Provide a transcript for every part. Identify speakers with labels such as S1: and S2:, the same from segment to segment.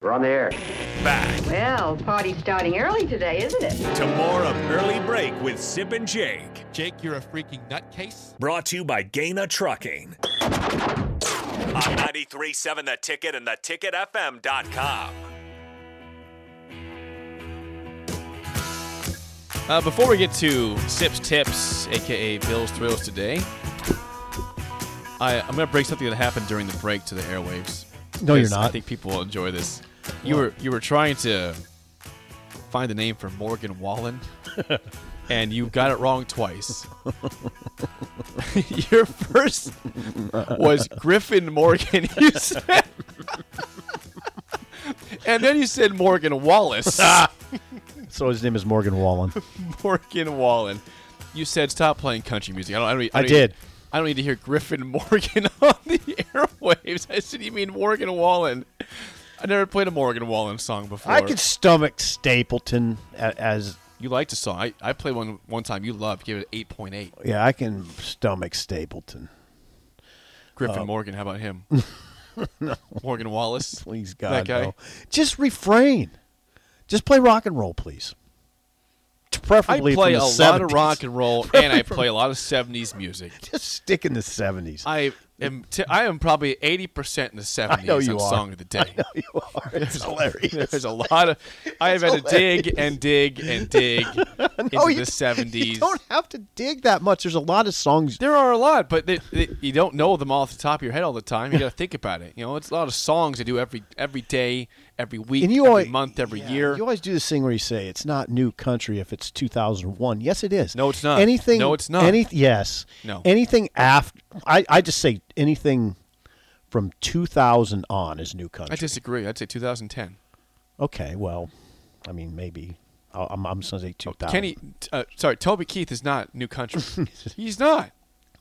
S1: We're on the air.
S2: Back
S3: Well, party's starting early today, isn't it?
S2: to more of Early Break with Sip and Jake.
S4: Jake, you're a freaking nutcase.
S2: Brought to you by Gaina Trucking. On 93.7 The Ticket and theticketfm.com.
S5: Uh, before we get to Sips Tips, aka Bill's Thrills today, I, I'm going to break something that happened during the break to the airwaves.
S6: No, you're
S5: Because I
S6: not.
S5: think people will enjoy this. You were you were trying to find the name for Morgan Wallen, and you got it wrong twice. Your first was Griffin Morgan. You said, and then you said Morgan Wallace.
S6: So his name is Morgan Wallen.
S5: Morgan Wallen. You said stop playing country music. I don't. I, don't,
S6: I
S5: don't
S6: did.
S5: Need, I don't need to hear Griffin Morgan on the airwaves. I said you mean Morgan Wallen. I never played a Morgan Wallen song before.
S6: I could stomach Stapleton a- as
S5: You liked a song. I, I played one one time. You loved. Gave it eight point eight.
S6: yeah, I can stomach Stapleton. Oh.
S5: Griffin Morgan. How about him? Morgan Wallace.
S6: Please
S5: That
S6: God,
S5: guy.
S6: no. Just refrain. Just play rock and roll, please.
S5: I
S6: Preferably
S5: play
S6: from
S5: a
S6: the
S5: lot of
S6: 70s.
S5: rock and roll, and I play a lot of seventies music.
S6: Just stick in the seventies.
S5: I am t- I am probably eighty percent in the seventies
S6: know
S5: on
S6: you are.
S5: song of the day.
S6: you are. It's hilarious.
S5: There's a lot of. I have had to dig and dig and dig
S6: No,
S5: into
S6: Oh, you
S5: the
S6: don't- You
S5: seventies.
S6: don't have to dig that much. There's a lot of songs.
S5: There are a lot, but they, they, you don't know them all off the top of your head all the time. You got to think about it. You know, it's a lot of songs I do every every day, every week,
S6: And you
S5: every
S6: always-
S5: month, every
S6: yeah,
S5: year.
S6: You always do this thing where you say it's not new country if it's 2001. Yes, it is.
S5: No, it's not.
S6: Anything.
S5: No, it's not.
S6: Any, yes.
S5: No.
S6: Anything after. I, I just say anything from 2000 on is new country.
S5: I disagree. I'd say 2010.
S6: okay. Well, I mean, maybe. I'll- I'm, I'm just going to say 2000.
S5: Oh, Kenny, t- uh, sorry, Toby Keith is not new country. He's not.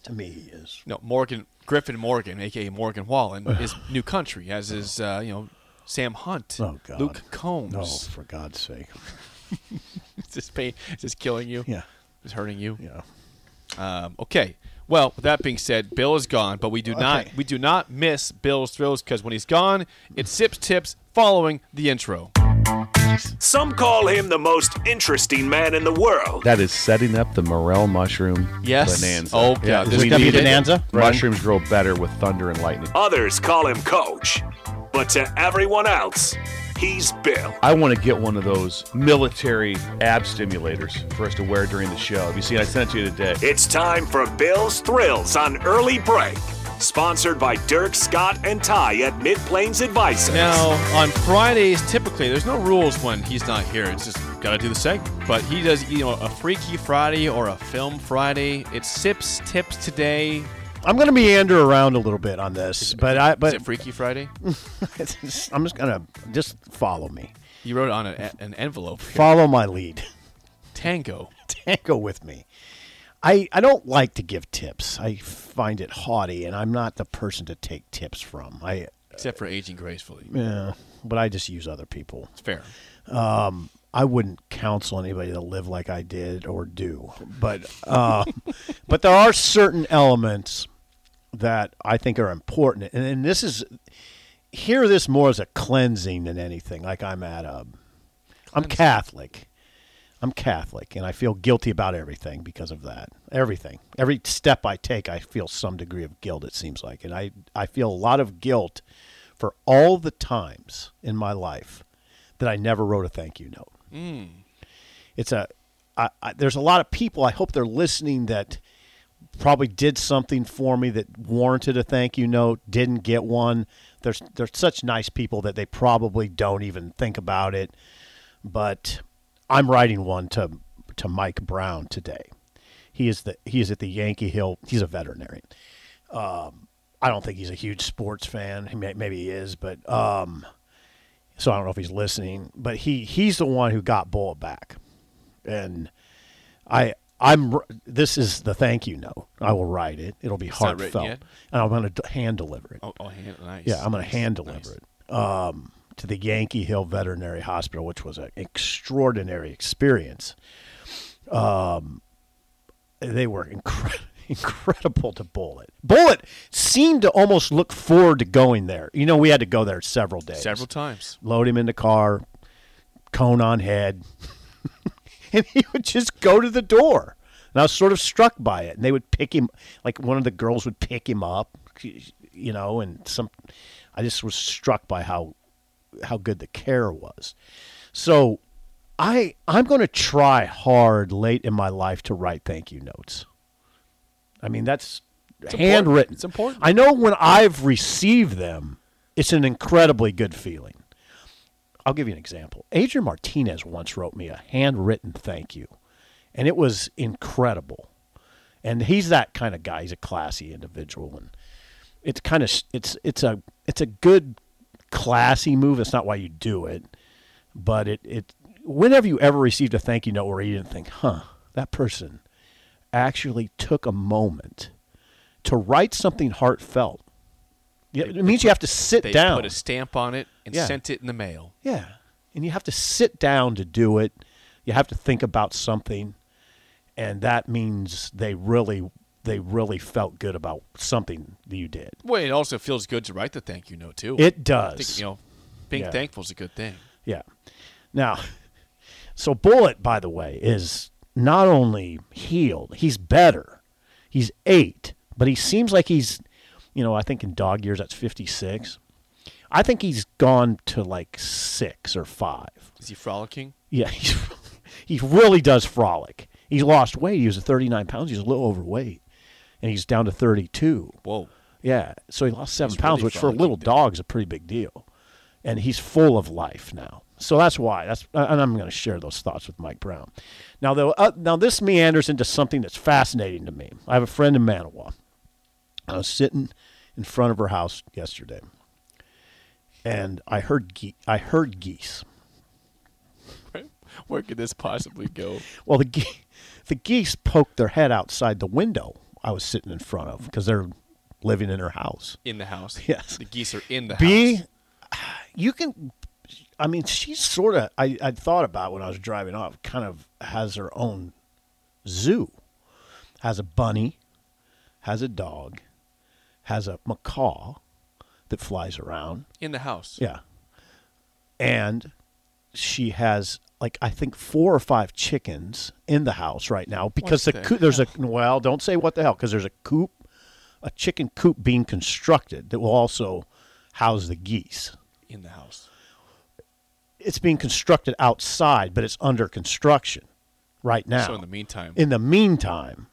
S6: To me, he is.
S5: No, Morgan Griffin Morgan, aka Morgan Wallen, is new country. As is uh, you know Sam Hunt,
S6: Oh, God.
S5: Luke Combs.
S6: No, Oh, for God's sake.
S5: Is this pain? Is this killing you?
S6: Yeah.
S5: Is hurting you?
S6: Yeah.
S5: Um, okay. Well, with that being said, Bill is gone, but we do not
S6: Okay.
S5: we do not miss Bill's thrills because when he's gone, it's sips tips following the intro.
S2: Some call him the most interesting man in the world.
S7: That is setting up the morel mushroom
S5: Yes.
S7: bonanza.
S5: Oh, God. This is
S7: we
S5: gonna be
S7: need
S5: a
S7: it.
S6: bonanza, Brian?
S7: Mushrooms grow better with thunder and lightning.
S2: Others call him Coach. But to everyone else, he's Bill.
S7: I want to get one of those military ab stimulators for us to wear during the show. Have you seen? I sent it to you today.
S2: It's time for Bill's Thrills on Early Break. Sponsored by Dirk, Scott, and Ty at Mid Plains Advisors.
S5: Now on Fridays, typically there's no rules when he's not here. It's just gotta do the segment. But he does you know a Freaky Friday or a Film Friday. It's sips tips today.
S6: I'm going to meander around a little bit on this, but I
S5: Is
S6: but
S5: it Freaky Friday?
S6: I'm just going to just follow me.
S5: You wrote it on a, an envelope. here.
S6: Follow my lead.
S5: Tango.
S6: tango with me. I, I don't like to give tips. I find it haughty, and I'm not the person to take tips from. I
S5: Except for aging gracefully.
S6: yeah, but I just use other people.
S5: It's fair.
S6: I wouldn't counsel anybody to live like I did or do. But uh, but there are certain elements that I think are important, and, and this is hear this more as a cleansing than anything. Like I'm at a, I'm Catholic. I'm Catholic, and I feel guilty about everything because of that. Everything, every step I take, I feel some degree of guilt. It seems like, and I I feel a lot of guilt for all the times in my life that I never wrote a thank you note. It's a I, I, there's a lot of people. I hope they're listening that probably did something for me that warranted a thank you note, didn't get one. There's they're such nice people that they probably don't even think about it. But I'm writing one to to Mike Brown today. He is the he is at the Yankee Hill. He's a veterinarian. Um, I don't think he's a huge sports fan. He may, maybe he is, but um, so I don't know if he's listening, but he he's the one who got Bull back, and I I'm this is the thank you note. I will write it. It'll be
S5: not written
S6: heartfelt,
S5: yet?
S6: and I'm going to hand deliver it.
S5: Oh, oh hand, nice.
S6: Yeah, I'm going to
S5: Nice,
S6: hand
S5: nice.
S6: deliver it um, to the Yankee Hill Veterinary Hospital, which was an extraordinary experience. Um, they were incre- incredible to Bullet. Bullet seemed to almost look forward to going there. You know, we had to go there several days.
S5: Several times.
S6: Load him in the car, cone on head, and he would just go to the door. And I was sort of struck by it. And they would pick him, like one of the girls would pick him up, you know, and some. I just was struck by how how good the care was. So, I I'm going to try hard late in my life to write thank you notes. I mean, that's
S5: important.
S6: handwritten.
S5: It's important.
S6: I know when I've received them, it's an incredibly good feeling. I'll give you an example. Adrian Martinez once wrote me a handwritten thank you, and it was incredible. And he's that kind of guy. He's a classy individual, and it's kind of it's it's a it's a good classy move. It's not why you do it, but it it whenever you ever received a thank you note where you didn't think, huh, that person actually took a moment to write something heartfelt. Yeah, it means you have to sit
S5: They
S6: down.
S5: put a stamp on it and
S6: Yeah.
S5: sent it in the mail.
S6: Yeah. And you have to sit down to do it. You have to think about something. And that means they really they really felt good about something that you did.
S5: Well, it also feels good to write the thank you note too.
S6: It
S5: I
S6: does.
S5: think, you know, being
S6: Yeah.
S5: thankful is a good thing.
S6: Yeah. Now, so Bullet, by the way, is not only healed, he's better. He's eight, but he seems like he's, you know, I think in dog years, that's 56. I think he's gone to like six or five.
S5: Is he frolicking?
S6: Yeah, he's, he really does frolic. He lost weight. He was at 39 pounds. He was a little overweight, and he's down to 32.
S5: Whoa.
S6: Yeah, so he lost seven
S5: He's
S6: pounds,
S5: really
S6: which for a
S5: frolicking,
S6: little
S5: dude.
S6: dog is a pretty big deal. And he's full of life now. So that's why. That's uh, and I'm going to share those thoughts with Mike Brown. Now, though, uh, now this meanders into something that's fascinating to me. I have a friend in Manawa. I was sitting in front of her house yesterday, and I heard ge- I heard geese.
S5: Where could this possibly go?
S6: Well, the ge- the geese poked their head outside the window I was sitting in front of because they're living in her house.
S5: In the house.
S6: Yes.
S5: The geese are in the
S6: B,
S5: house.
S6: you can. I mean, she's sort of. I I thought about when I was driving off. Kind of has her own zoo. Has a bunny, has a dog, has a macaw that flies around.
S5: In the house.
S6: Yeah. And she has like I think four or five chickens in the house right now because
S5: What
S6: the,
S5: the
S6: coo- there's a well don't say what the hell because there's a coop, a chicken coop being constructed that will also house the geese.
S5: In the house.
S6: It's being constructed outside, but it's under construction right now.
S5: So in the meantime,
S6: In the meantime,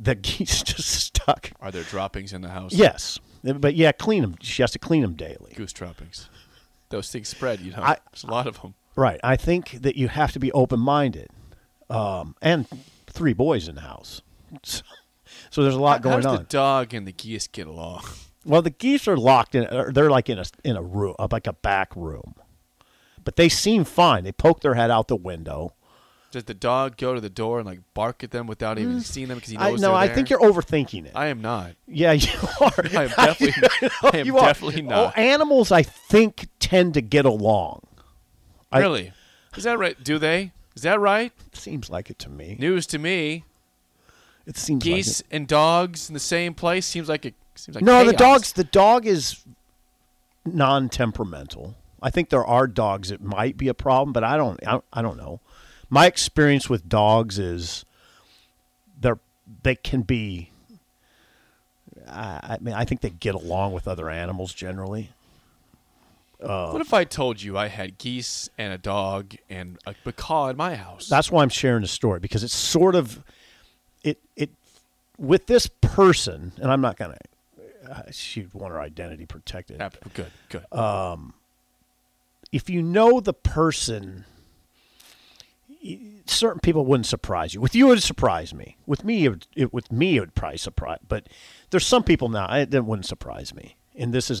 S6: the geese just stuck.
S5: are there droppings in the house?
S6: Yes, but yeah, clean them. She has to clean them daily.
S5: Goose droppings. Those things spread, you know.
S6: I-
S5: There's a lot of them.
S6: Right. I think that you have to be open minded. Um, and three boys in the house. So, so there's a lot
S5: How
S6: going
S5: does
S6: on.
S5: the dog and the geese get along?
S6: well, the geese are locked in, or they're like in a, in a room, uh, like a back room. But they seem fine. They poke their head out the window.
S5: Does the dog go to the door and like bark at them without even seeing them because he
S6: Mm. I,
S5: knows
S6: no,
S5: they're
S6: I
S5: there?
S6: think you're overthinking it.
S5: I am not.
S6: yeah, you are.
S5: I am definitely. I am
S6: You are.
S5: definitely not.
S6: Oh, animals, I think, tend to get along. I-
S5: really? Is that right? Do they? Is that right?
S6: Seems like it to me.
S5: News to me.
S6: It seems like it.
S5: Geese and dogs in the same place seems like it seems like
S6: no, the
S5: chaos.
S6: dog's the dog is non-temperamental. I think there are dogs that might be a problem, but I don't. I don't, I don't know. My experience with dogs is they're they can be. I I mean, I think they get along with other animals generally.
S5: What if I told you I had geese and a dog and a macaw in my house?
S6: That's why I'm sharing the story because it's sort of it it with this person, and I'm not gonna. Uh, she'd want her identity protected.
S5: Yeah, good, good.
S6: Uh, if you know the person, y- certain people wouldn't surprise you. With you, it would surprise me. With me, it, would- it with me, it would probably surprise. But there's some people now I- that wouldn't surprise me. And this is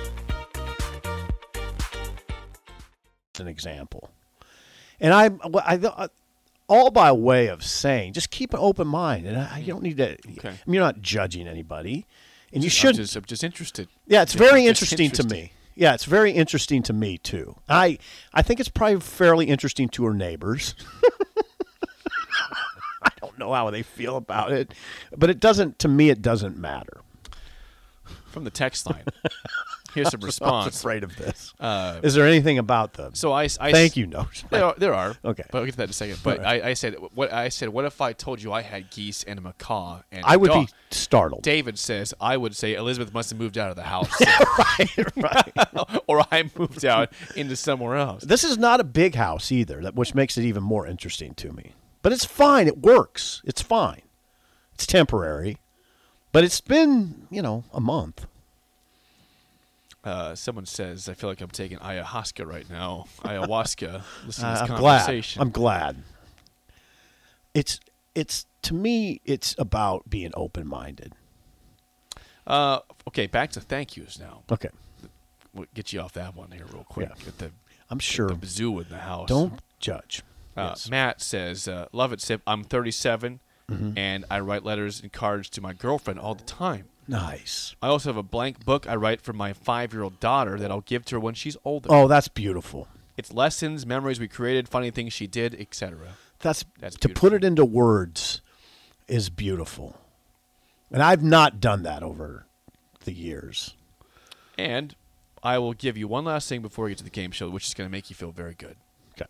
S6: an example. And I, I, I- all by way of saying, just keep an open mind, and
S5: Hmm.
S6: I, you don't need to. I mean, you're not judging anybody, and you
S5: I'm
S6: shouldn't.
S5: just, I'm just interested.
S6: yeah, it's
S5: I'm
S6: very
S5: just
S6: interesting to me. Yeah, it's very interesting to me too. I, I think it's probably fairly interesting to her neighbors. I don't know how they feel about it, but it doesn't. To me, it doesn't matter.
S5: From the text line. Here's a
S6: I was
S5: response.
S6: afraid of this. Is there anything about them?
S5: Uh, So I, I
S6: Thank you, no.
S5: There are, there are.
S6: Okay.
S5: but I'll get to that in a second. But I, I said what I said. What if I told you I had geese and a macaw? And
S6: I
S5: a
S6: would
S5: dog?
S6: be startled.
S5: David says I would say Elizabeth must have moved out of the house,
S6: right, right.
S5: or I moved out into somewhere else.
S6: This is not a big house either, that which makes it even more interesting to me. But it's fine. It works. It's fine. It's temporary, but it's been you know a month.
S5: Uh, someone says I feel like I'm taking ayahuasca right now. Ayahuasca. Listen to
S6: Uh,
S5: this
S6: I'm glad.
S5: conversation.
S6: I'm glad. It's it's to me it's about being open minded.
S5: uh, okay, back to thank yous now.
S6: Okay,
S5: We'll get you off that one here real quick.
S6: Yeah.
S5: Get the
S6: I'm sure.
S5: the zoo in the house.
S6: Don't judge.
S5: Uh,
S6: Yes.
S5: Matt says, uh, "Love it, Sip. I'm 37,
S6: Mm-hmm.
S5: and I write letters and cards to my girlfriend all the time.
S6: Nice.
S5: I also have a blank book I write for my five-year-old daughter that I'll give to her when she's older.
S6: Oh, that's beautiful.
S5: It's lessons, memories we created, funny things she did, etc.
S6: That's,
S5: That's
S6: to put
S5: beautiful.
S6: it into words is beautiful. And I've not done that over the years.
S5: And I will give you one last thing before we get to the game show, which is going to make you feel very good.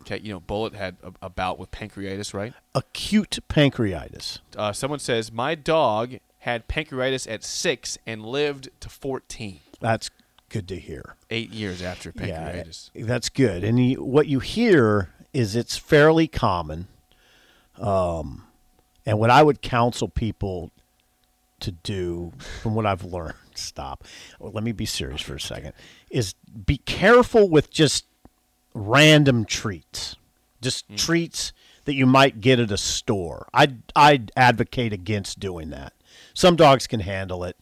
S6: 'Kay.
S5: you know, Bullet had a, a bout with pancreatitis, right?
S6: Acute pancreatitis.
S5: Uh, someone says my dog had pancreatitis at six and lived to 14,
S6: That's good to hear.
S5: eight years after pancreatitis.
S6: Yeah, that's good. And you, what you hear is it's fairly common. Um, and what I would counsel people to do, from what I've learned, stop. Well, let me be serious for a second. Is be careful with just random treats, just treats that you might get at a store. I I advocate against doing that. Some dogs can handle it,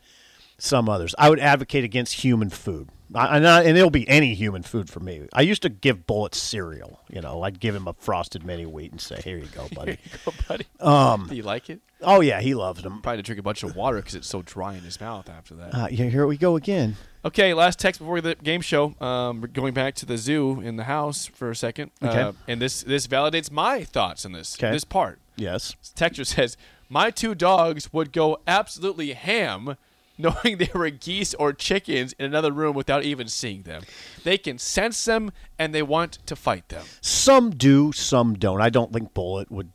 S6: some others. I would advocate against human food. I, and, I, and it'll be any human food for me. I used to give Bullet cereal. You know, I'd give him a frosted mini wheat and say, "Here you go, buddy."
S5: Oh, buddy.
S6: Mm.
S5: Um, Do you like it?
S6: oh yeah, he loves them.
S5: Probably to drink a bunch of water because it's so dry in his mouth after that.
S6: Uh, yeah, here we go again.
S5: Okay, last text before the game show. Um, we're going back to the zoo in the house for a second.
S6: Okay.
S5: Uh, and this this validates my thoughts on this
S6: 'Kay.
S5: this part.
S6: Yes.
S5: Texture says my two dogs would go absolutely ham knowing they were geese or chickens in another room without even seeing them. They can sense them and they want to fight them.
S6: Some do, some don't. I don't think Bullet would.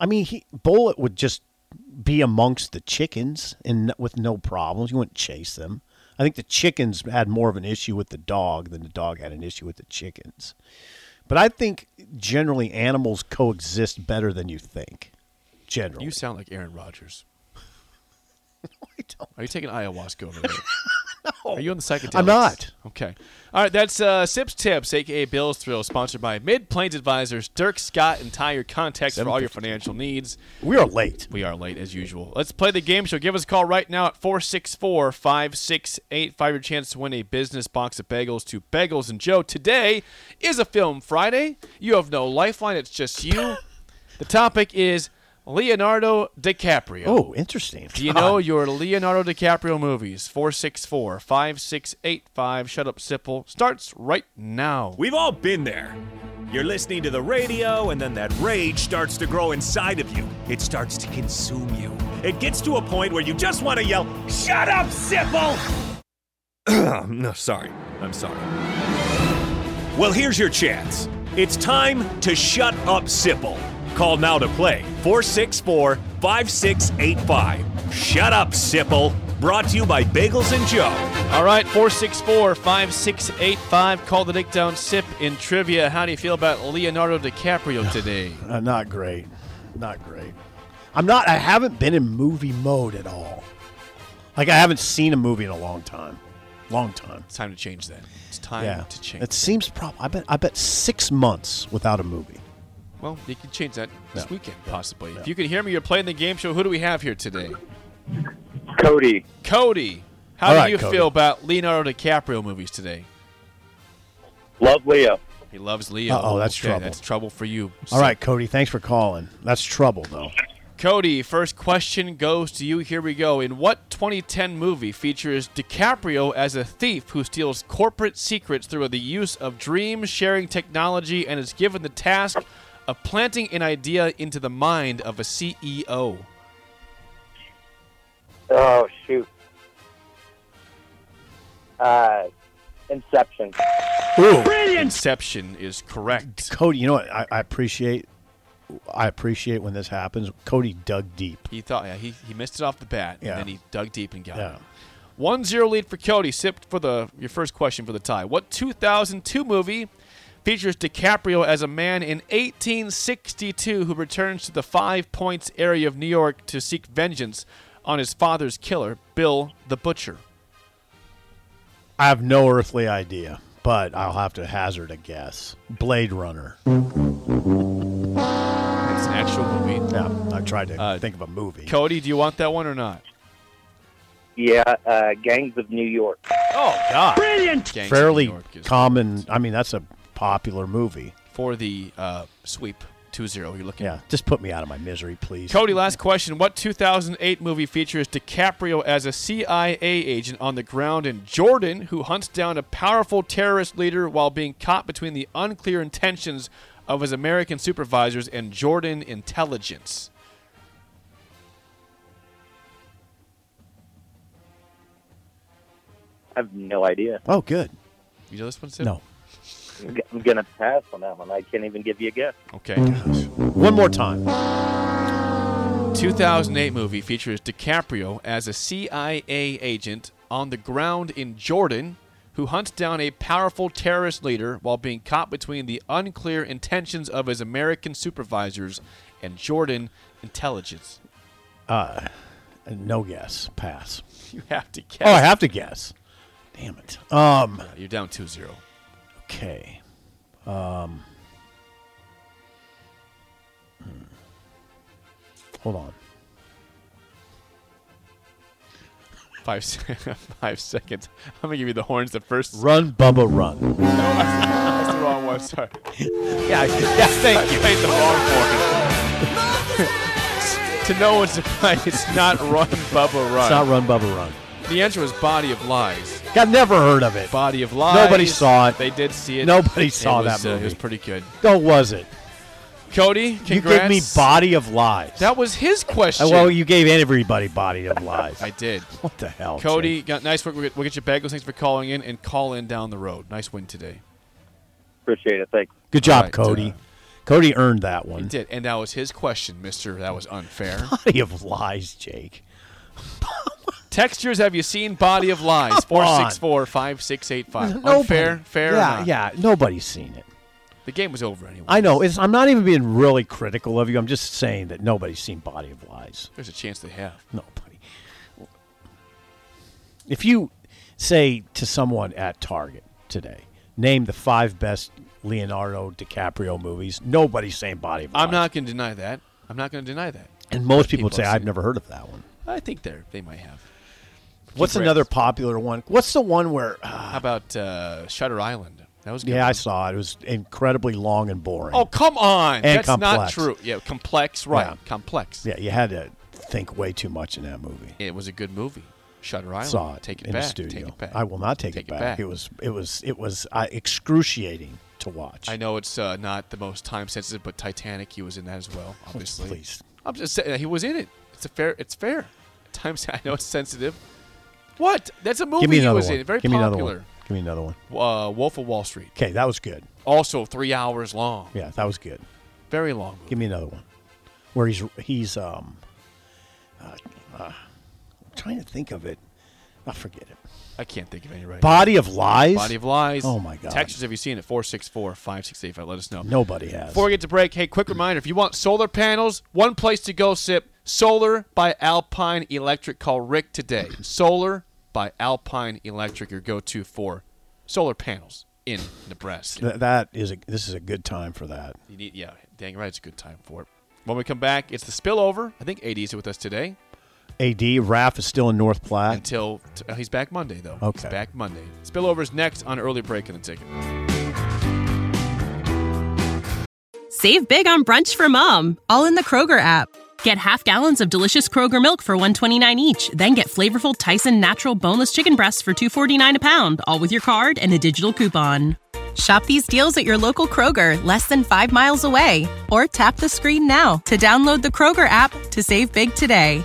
S6: I mean, he Bullet would just be amongst the chickens and n- with no problems. You wouldn't chase them. I think the chickens had more of an issue with the dog than the dog had an issue with the chickens. But I think generally animals coexist better than you think. Generally,
S5: You sound like Aaron Rodgers.
S6: I don't-
S5: Are you taking ayahuasca over there? Are you on the psychedelics?
S6: I'm not.
S5: Okay. All right, that's uh, Sips Tips, aka Bill's Thrill, sponsored by Mid Plains Advisors, Dirk Scott, and Tire Contacts for all your financial needs.
S6: we are late.
S5: We are late as usual. Let's play the game show. Give us a call right now at 464 5685. Your chance to win a business box of bagels to Bagels and Joe. Today is a Film Friday. You have no lifeline, it's just you. the topic is Leonardo DiCaprio.
S6: Oh, interesting.
S5: Do you know your Leonardo DiCaprio movies? 464 5685 Shut Up Sipple starts right now.
S2: We've all been there. You're listening to the radio, and then that rage starts to grow inside of you. It starts to consume you. It gets to a point where you just want to yell, Shut up, Sipple! no, sorry. I'm sorry. Well, here's your chance. It's time to shut up, Sipple. Call now to play 464 5685. Shut up, Sipple. Brought to you by Bagels and Joe.
S5: All right, 464 5685. Call the dick down sip in trivia. How do you feel about Leonardo DiCaprio today?
S6: Uh, not great. Not great. I'm not. I haven't been in movie mode at all. Like I haven't seen a movie in a long time. Long time.
S5: it's time to change that. It's time
S6: Yeah.
S5: to change.
S6: It seems prob. I bet. I bet six months without a movie.
S5: well, you can change that this
S6: No.
S5: weekend, possibly. If you can hear me, you're playing the game show. Who do we have here today?
S1: Cody,
S5: Cody. How
S6: All
S5: do
S6: right,
S5: you
S6: Cody.
S5: feel about Leonardo DiCaprio movies today?
S1: love Leo.
S5: He loves Leo.
S6: Uh-oh, that's
S5: Okay,
S6: trouble.
S5: That's trouble for you.
S6: All right, Cody. Thanks for calling. That's trouble, though.
S5: Cody, first question goes to you. Here we go. In what 2010 movie features DiCaprio as a thief who steals corporate secrets through the use of dream sharing technology and is given the task of planting an idea into the mind of a E CEO?
S8: Oh shoot. Uh, Inception.
S6: Ooh.
S5: Inception is correct.
S6: Cody, you know what? I, I appreciate. I appreciate when this happens. Cody dug deep.
S5: He thought yeah, he, he missed it off the bat,
S6: Yeah.
S5: and then he dug deep and got
S6: Yeah.
S5: it. One zero lead for Cody. Sip for the your first question for the tie. What 2002 movie features DiCaprio as a man in 1862 who returns to the Five Points area of New York to seek vengeance on his father's killer, Bill the Butcher?
S6: I have no earthly idea, but I'll have to hazard a guess. Blade Runner.
S5: It's an actual movie.
S6: Yeah, I tried to
S5: Uh,
S6: think of a movie.
S5: Cody, do you want that one or not?
S8: Yeah, uh, Gangs of New York.
S5: Oh God! Brilliant. Gangs of New
S6: Fairly
S5: York is-
S6: common. I mean, that's a popular movie.
S5: for the uh, sweep. 2-0 you're looking
S6: Yeah, just put me out of my misery, please.
S5: Cody, last question. What 2008 movie features DiCaprio as a CIA agent on the ground in Jordan who hunts down a powerful terrorist leader while being caught between the unclear intentions of his American supervisors and Jordan intelligence?
S8: I have no idea.
S6: Oh, good.
S5: You know this one, Sid?
S6: No.
S8: I'm g- I'm gonna pass on that one. I can't even give you a guess.
S5: Okay.
S6: One more time. Uh,
S5: 2008 movie features DiCaprio as a CIA agent on the ground in Jordan who hunts down a powerful terrorist leader while being caught between the unclear intentions of his American supervisors and Jordan intelligence.
S6: No guess. Pass.
S5: You have to guess.
S6: Oh, I have to guess. Damn it. Um.
S5: You're down 2 0.
S6: Okay. Um. hmm. Hold on.
S5: Five, se- five seconds. I'm going to give you the horns the first.
S6: Run, Bubba, run.
S5: That's the wrong one. Sorry.
S6: Yeah, yeah. Thank you.
S5: Played the wrong horn. to no one's surprise, it's not Run Bubba Run.
S6: It's not Run, Bubba, run.
S5: the answer was Body of Lies.
S6: I never heard of it.
S5: Body of Lies.
S6: Nobody saw it.
S5: They did see it.
S6: Nobody
S5: It
S6: saw
S5: was,
S6: that
S5: uh,
S6: movie.
S5: it was pretty good.
S6: No, was it?
S5: Cody,
S6: You gave
S5: congrats.
S6: me body of lies.
S5: That was his
S6: Uh,
S5: question.
S6: well, you gave everybody body of lies.
S5: I did.
S6: what the hell,
S5: Cody, got nice work. We'll get, we'll get your bagels. Thanks for calling in and call in down the road. Nice win today.
S8: Appreciate it. Thanks.
S6: Good job,
S5: All right,
S6: Cody.
S5: uh,
S6: Cody earned that
S5: He
S6: one.
S5: did, and that was his question, Mister. That was unfair.
S6: Body of lies, Jake.
S5: Textures, have you seen Body of Lies?
S6: Come
S5: Four
S6: on.
S5: six four five six eight five.
S6: Nobody-
S5: Unfair, fair. or
S6: Yeah,
S5: not?
S6: yeah. Nobody's seen it.
S5: The game was over anyway.
S6: I know. It's, I'm not even being really critical of you. I'm just saying that nobody's seen body of lies.
S5: There's a chance they have.
S6: Nobody. If you say to someone at Target today, name the five best Leonardo DiCaprio movies, nobody's saying body of lies.
S5: I'm not going to deny that. I'm not going to deny that.
S6: And most people would
S5: people
S6: say,
S5: have
S6: I've
S5: seen it."
S6: never heard of that one.
S5: I think they they might have.
S6: What's
S5: Keith
S6: another
S5: Rath.
S6: popular one? What's the one where uh,
S5: How about uh, Shutter Island? That was good.
S6: Yeah, I saw it. It was incredibly long and boring.
S5: Oh come on!
S6: And
S5: That's not
S6: complex.
S5: true. Yeah, complex. Right,
S6: Yeah.
S5: complex.
S6: Yeah, you had to think way too much in that movie.
S5: It was a good movie. Shutter Island.
S6: saw it
S5: Take it
S6: in
S5: back.
S6: the studio.
S5: Take it back.
S6: I will not take, it, back. It was it was it was uh, excruciating to watch.
S5: I know it's uh, not the most time sensitive, but Titanic. He was in that as well. Obviously.
S6: Oh, please.
S5: I'm just saying he was in it. It's a fair. It's fair. Time. sen- I know it's sensitive. What? That's a movie
S6: Give me
S5: he
S6: another
S5: was
S6: one.
S5: in. Very
S6: Give me
S5: popular.
S6: another one. Give me another one.
S5: Uh, Wolf of Wall Street.
S6: Okay, that was good.
S5: Also three hours long.
S6: Yeah, that was good.
S5: Very long. Movie.
S6: Give me another one where he's he's um uh, uh, I'm trying to think of it. I forget it.
S5: I can't think of any right. now.
S6: Body of Lies.
S5: Body of Lies.
S6: Oh my God.
S5: Textures, have you seen it? 464 5685. Let us know.
S6: Nobody has.
S5: Before we get to break, hey, quick reminder if you want solar panels, one place to go sip solar by Alpine Electric. Call Rick today. Solar by Alpine Electric, your go to for solar panels in Nebraska.
S6: Th- that is a, this is a good time for that.
S5: You need, yeah, dang right, it's a good time for it. When we come back, it's the spillover. I think AD's with us today
S6: AD Raph is still in North Platte.
S5: until t- oh, he's back Monday, though. He's
S6: Okay.
S5: back Monday. Spillover's next on early break in the ticket.
S9: Save big on brunch for mom, all in the Kroger app. Get half gallons of delicious Kroger milk for 129 each, then get flavorful Tyson natural boneless chicken breasts for 249 a pound, all with your card and a digital coupon. Shop these deals at your local Kroger, less than 5 miles away, or tap the screen now to download the Kroger app to save big today.